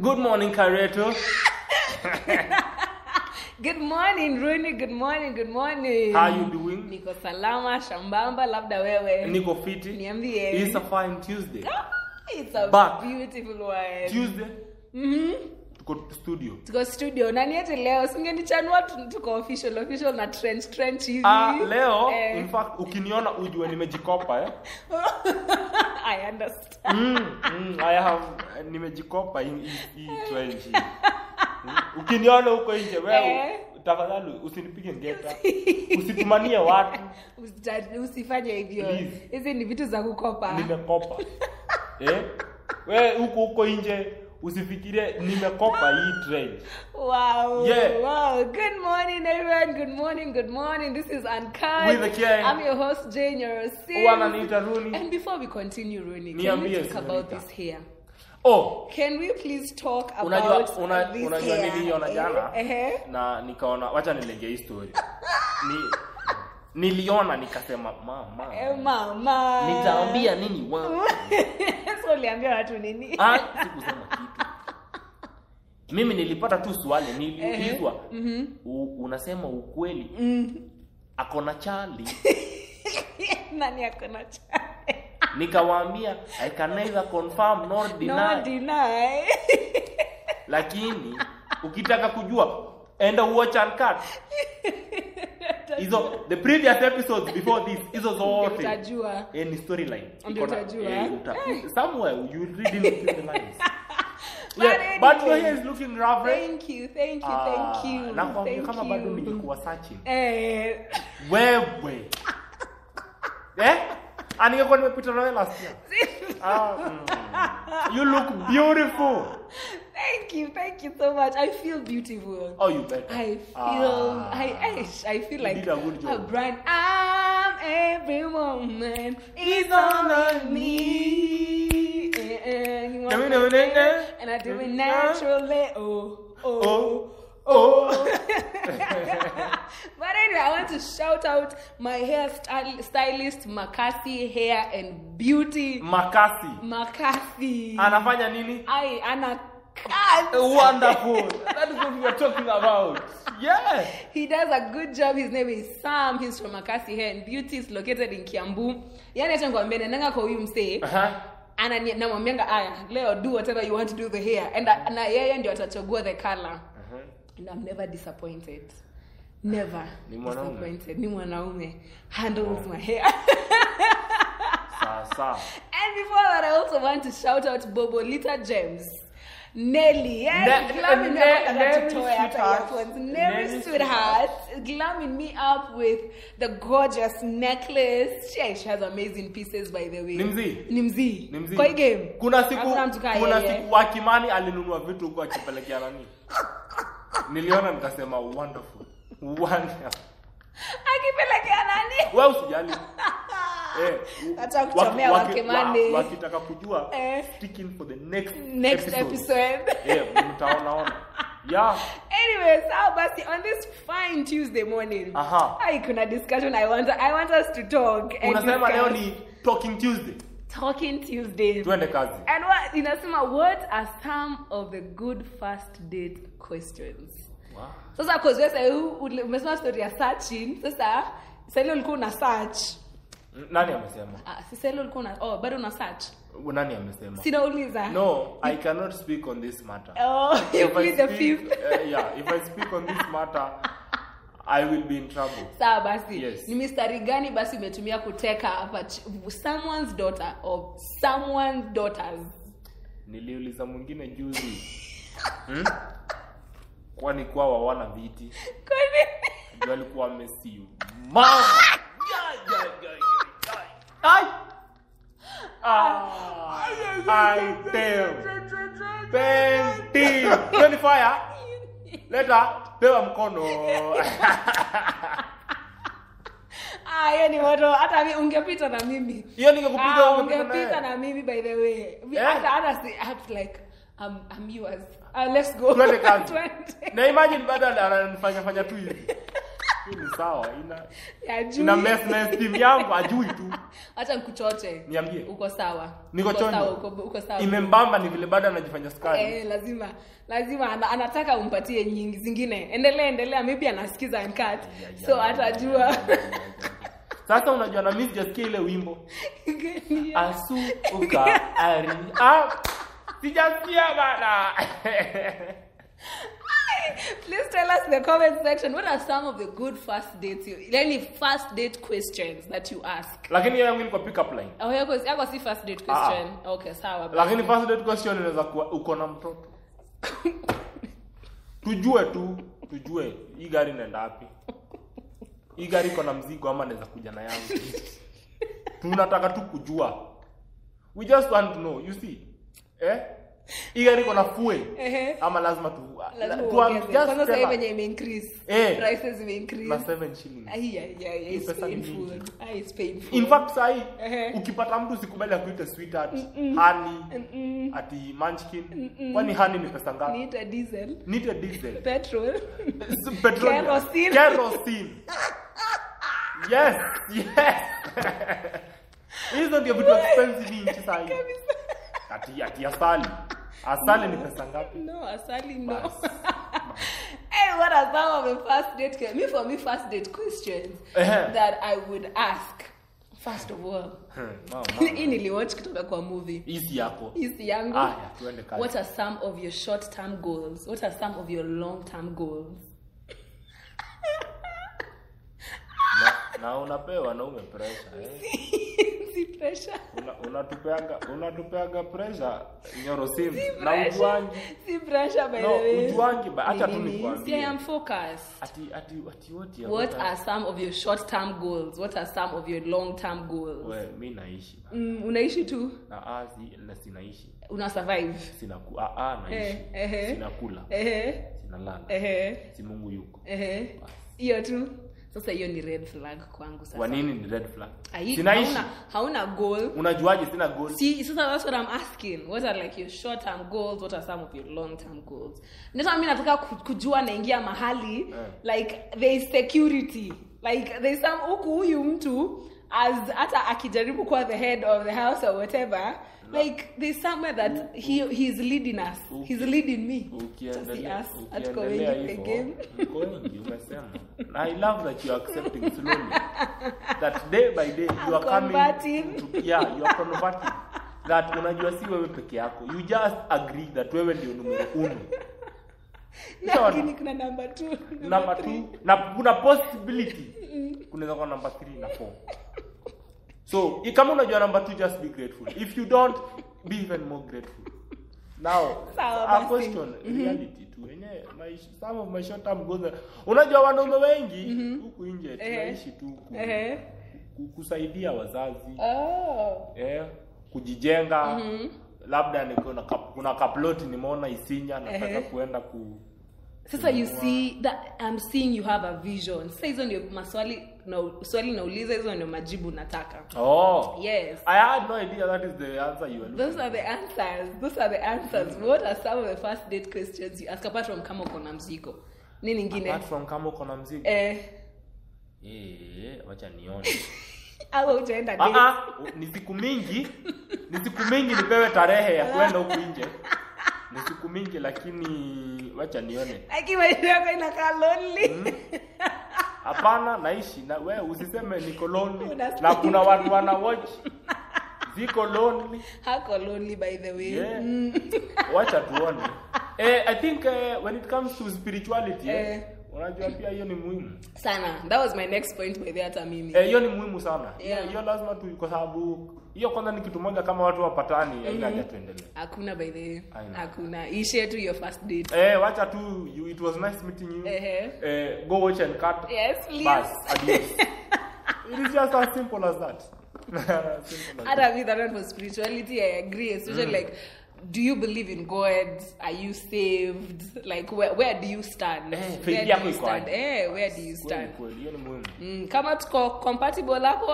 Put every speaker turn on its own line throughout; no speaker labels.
Good morning, Kareto.
Good morning Rooney, good morning, good morning.
How you doing?
Niko salama shambamba, labda wewe.
Niko fiti.
Niambie. Ah,
It's a fine Tuesday.
It's a
Back.
beautiful one.
Tuesday
Mhm.
tuko studio.
Tuko studio. Nani ate leo? Singenichanua tu- tuko official official na trench trench hivi.
Ah, leo
Eh.
in fact ukiniona ujue nimejikopa eh.
I understand.
Mm, mm, I have nimejikopa hii- hii hii trench. Mm. Ukiniona huko nje wewe
Eh.
tafadhali usinipige ngeta. Usitumanie watu
Usita- Usifanye hivyo.
Please.
Hizi ni vitu za kukopa.
nimekopa. Eh? Wewe huko huko nje usifikirie nimekopa hii trench.
Wow.
Yeah.
Wow. Good morning, everyone. Good morning. Good morning. This is Uncut.
With the Ken.
I'm your host, Jane Yorosin.
Wananiita Rooney.
And before we continue, Rooney, can we
Niambie,
talk about
señorita.
this hair?
Oh,
Can we please talk
unajua
about
una-
this
unajua
hair?
niliiona jana
Eh, eh.
na nikaona wacha nilegee hii story ni niliona nikasema mama
Eh, mama.
nitaambia nini wa
so uliambia watu nini?
Ah, sikusema kitu mimi nilipata tu swali niliulizwa u- unasema ukweli akona chali
Nani ako na chai?
nikawaambia i can neither confirm nor deny
No deny.
lakini ukitaka kujua enda watch and cut hizo the previous episodes before this hizo zote
Utajua.
eh, ni storyline Eh,
Ndio utajua.
somewhere you read in between the lines
But
yeah, but your
anyway.
hair is looking rough eh?
Thank you, thank you,
Ah,
thank you.
nakwambia
thank
kama bado
you.
nilikuwa searching
Eh,
wewe eh aningekuwa nimepita nawe last year ah, mm. you look beautiful
thank you, thank you so much. I feel beautiful.
oh you better
I feel,
Ah.
I, I, I feel like
did a good job.
brand. I'm every woman is all on me. Eh, eh, you want
Demi,
my
demi, demi,
hair,
demi.
and I do it
Demi,
naturally. Oh, oh.
oh oh
But anyway, I want to shout out my hair styl- stylist, Makasi Hair and Beauty.
makasi
Makasi.
anafanya nini
I Anna Kat.
wonderful that is what we are talking about yeah
He does a good job. His name is Sam. He's from Makasi Hair and Beauty. It's located in Kiambu. Yani acha nikwambie naendanga kwa huyu msee.
uh-huh.
Ana namwambianga aya, leo do whatever you want to do the hair. And uh, na yeye ndio atachagua the color. And I'm never disappointed. Never
Ni mwanaume.
disappointed. Ni mwanaume. Handles my hair.
sasa
And before that, I also want to shout out Bobolita Gems. Nelly, yes,
Ne-
glamming me
Ne-
up with
Nelly
a toy at
Sweetheart.
earphones.
Nelly
Nelly Sweetheart, glamming me up with the gorgeous necklace. She, she has amazing pieces, by the way.
Nimzi.
Nimzi.
ni mzii.
Kwa hii game.
kuna siku
Hakuna mtu kaa
kuna
yeye.
siku wakimani alinunua vitu huku akipelekea nani niliona nikasema wonderful wonderful
Akipelekea nani?
wewe usijali eh
Hata kuchomea
waki-
wakimani.
wa- wakitaka kujua
Eh.
stick in for the next
Next episode.
eh mtaonaona yeah
Anyways, how about the- on this fine Tuesday morning?
Aha.
I kuna discussion I want I want us to talk. and
unasema leo
discuss.
ni talking tuesday
Talking Tuesday.
tuende kazi
And what inasema what are some of the good first date questions?
wow.
Sasa cause wewe sasa ule- umesema story ya searching. Sasa sasa ile ulikuwa una search.
nani amesema
Ah, sasa ile ulikuwa una oh bado una search.
nani amesema
Si nauliza.
no i cannot speak on this matter
Oh, you
If I
plead the
speak-
fifth.
eh, yeah if i speak on this matter i will be in trouble
Sawa basi.
Yes.
Ni mistari gani basi umetumia kuteka hapa ch- someone's daughter or someone's daughters?
niliuliza mwingine juzi hmm? kwani kwa wawana viti
Kwani
ju alikuwa amesimama Ya, ya, ya, ya, ya. Ai! Ah, I tell. Twenty. Twenty fire. Later, pewa mkono
Ah, yani moto hata mi ungepita na mimi.
hiyo ningekupiga
Ah,
wewe mkono
ungepita
naye.
na mimi by the way.
Eh.
Hata hata si I'm like I'm, I'm yours. Uh, let's go.
Twende kazi.
Twende.
na imagine bado ananifanya fanya tu hivi hii ni sawa ina
Ajui.
ina mess na steam yangu ajui tu
Acha nikuchoche.
Niambie.
Uko sawa.
Niko
uko
chonjo.
sawa, uko, uko sawa.
imembamba ni vile bado anajifanya
Eh,
skari
lazima lazima ana, anataka umpatie nyingi zingine. Endelea endelea, maybe anasikiza and cut. So atajua.
sasa unajua na mimi sijasikia ile wimbo
Gani ya-
asuka ari ah sijasikia bana
Please tell us in the comment section what are some of the good first dates you any first date questions that you ask.
lakini hiyo yangu ni kwa pick up line
Oh, yako yako si first date question. Okay, sawa.
Ah. lakini first date question inaweza kuwa uko na mtoto tujue tu tujue hii gari inaenda wapi hii gari iko na mzigo ama naweza kuja na yangu tunataka tu kujua we just want to know you see eh hii gari iko na fue
Ehe.
ama lazima tu ah,
Lazima
tu-
uongeze.
just
Kwanza sasa hivi
sema
yenye ime increase.
Eh.
Prices zime
na
increase.
7 shillings
Ai, ai, ai, ai,
Hii
it's
pesa ni
painful.
mingi.
Ai, it's painful.
in fact sahi
Ehe.
ukipata mtu usikubali akuite sweetheart honey ati munchkin kwani honey ni pesa ngapi
Niita diesel,
need a diesel
petrol.
S- petroleum.
Kerosene.
kerosene yes yes hizo ndio vitu expensive hii nchi sahii
Kabisa.
ati ati asali asali ni pesa ngapi
No, asali no.
Bas.
Hey, what are some of the first date que- me for me first date questions
Ehe.
that I would ask? First of all,
Hmm, mama.
hii niliwatch kutoka kwa movie.
hizi yako
Hisi yangu.
Aya, tuende kazi.
What are some of your short-term goals? What are some of your long-term goals?
Na- na unapewa na ume pressure eh.
si pressure.
Una- unatupeaga unatupeaga pressure nyorosimu na
pressure.
ujuangi
Si pressure by
No,
the way.
ujuangi ba- acha tu
Nini?
nikwambie.
See, I am focused.
ati ati ati wote
What are some of your short-term goals? What are some of your long-term goals?
we mimi naishi
Mm, unaishi tu,
na azi na sinaishi
una survive.
sinaku a a naishi
Eh, ehe.
sinakula
Ehe,
sinalala
ehe,
si Mungu yuko
ehe. Hiyo tu. Sasa hiyo ni red flag kwangu
kwa
sasa.
nini ni red flag
Ai,
sinaishi
hauna, hauna goal.
unajuaje sina goal
See, so that's what I'm asking. What are like your short-term goals? What are some of your long-term goals? Ndio mimi nataka ku- kujua naingia mahali
Eh.
like there is security. Like there is some huku huyu mtu as hata akijaribu kuwa the head of the house or whatever, like there's somewhere that he he's leading us. He's leading me. Just see
ukiendelea
us at kwa
ukiendelea
wingi the game.
hivyo mko wengi umesema And i love that you are accepting slowly that day by day you are coming
converting.
to, yeah you are converting that unajua si wewe peke yako you just agree that wewe ndio numero uno Sawa.
Lakini kuna number 2,
number two na kuna possibility kunaweza kuwa number three na four so i- kama unajua number two just be grateful if you don't be even more grateful now
Sawa
a
basi. Mm-hmm.
question reality tu wenyewe maisha some of my short term goals are- unajua wanaume wengi
Mm-hmm.
huku
Eh.
nje tunaishi tu ku-
Ehe.
ku- kusaidia wazazi
Oh.
eh, kujijenga
Mm-hmm.
labda niko na kap- kuna kaploti nimeona isinya nataka
Ehe.
kuenda ku
sasa you see that I'm seeing you have a vision sasa hizo ndio maswali na swali nauliza hizo ndio majibu nataka
oh.
yes
I had no idea that is the answer you were looking
those are the answers those are the answers what are some of the first date questions you ask apart from kama uko na mzigo ni
for.
ningine
Apart from kama uko na mzigo.
eh
Eh, wacha nione.
au utaenda
Ah
date
ah, ni siku mingi. Ni siku mingi nipewe tarehe ya kwenda huku nje. Ni siku mingi lakini wacha nione.
lakini maisha yako inakaa lonely
Mm. Hapana, naishi na wewe usiseme niko lonely
Unasikia.
na kuna watu wana watch. Ziko lonely.
hako lonely by the way
Yeah.
Mm.
Wacha tuone. Eh, I think eh, when it comes to spirituality, eh,
Eh.
unajua pia hiyo ni muhimu.
sana that was my next point by the hata mimi
Eh, hiyo ni muhimu sana hiyo
Yeah.
hiyo lazima tu kwa sababu hiyo kwanza ni kitu moja kama watu wapatani
Mm-hmm.
aina haja tuendelee
hakuna by the way
Aina.
hakuna ishare tu your first date
eh wacha tu you, it was nice meeting you
Ehe.
eh, go watch and cut
yes please
Bas, adios it is just as simple as that simple as that.
Other with around for spirituality, I agree. Especially
Mm.
like, do you believe in God? Are you saved? Like, where where do you stand?
Eh, faith
where
yako
do you
iko
stand?
aje?
Eh, where do you
Kweli,
stand?
kweli hiyo ni muhimu
Mm, kama tuko compatible hapo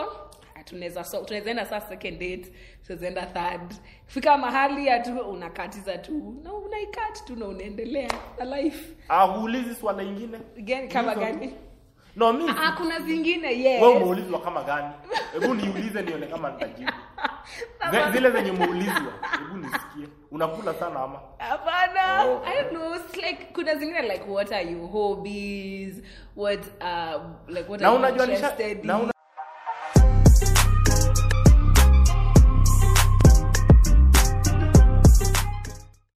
ah, tunaweza so, tunawezaenda saa second date tunawezaenda third fika mahali atu unakatiza tu na unaikat tu na unaendelea na life
ah huulizi swala ingine
Again, kama
Hizo tu.
gani
no mi
Ah, kuna zingine
wewe
yes
umeulizwa kama gani hebu niulize nione kama nitajibu Ze- zile zenye umeulizwa hebu nisikie unakula sana ama
hapana
Oh.
i don't know it's like kuna zingine like what are your hobbies what uh, like what
na
are you
unajua nisha
interested
na
in?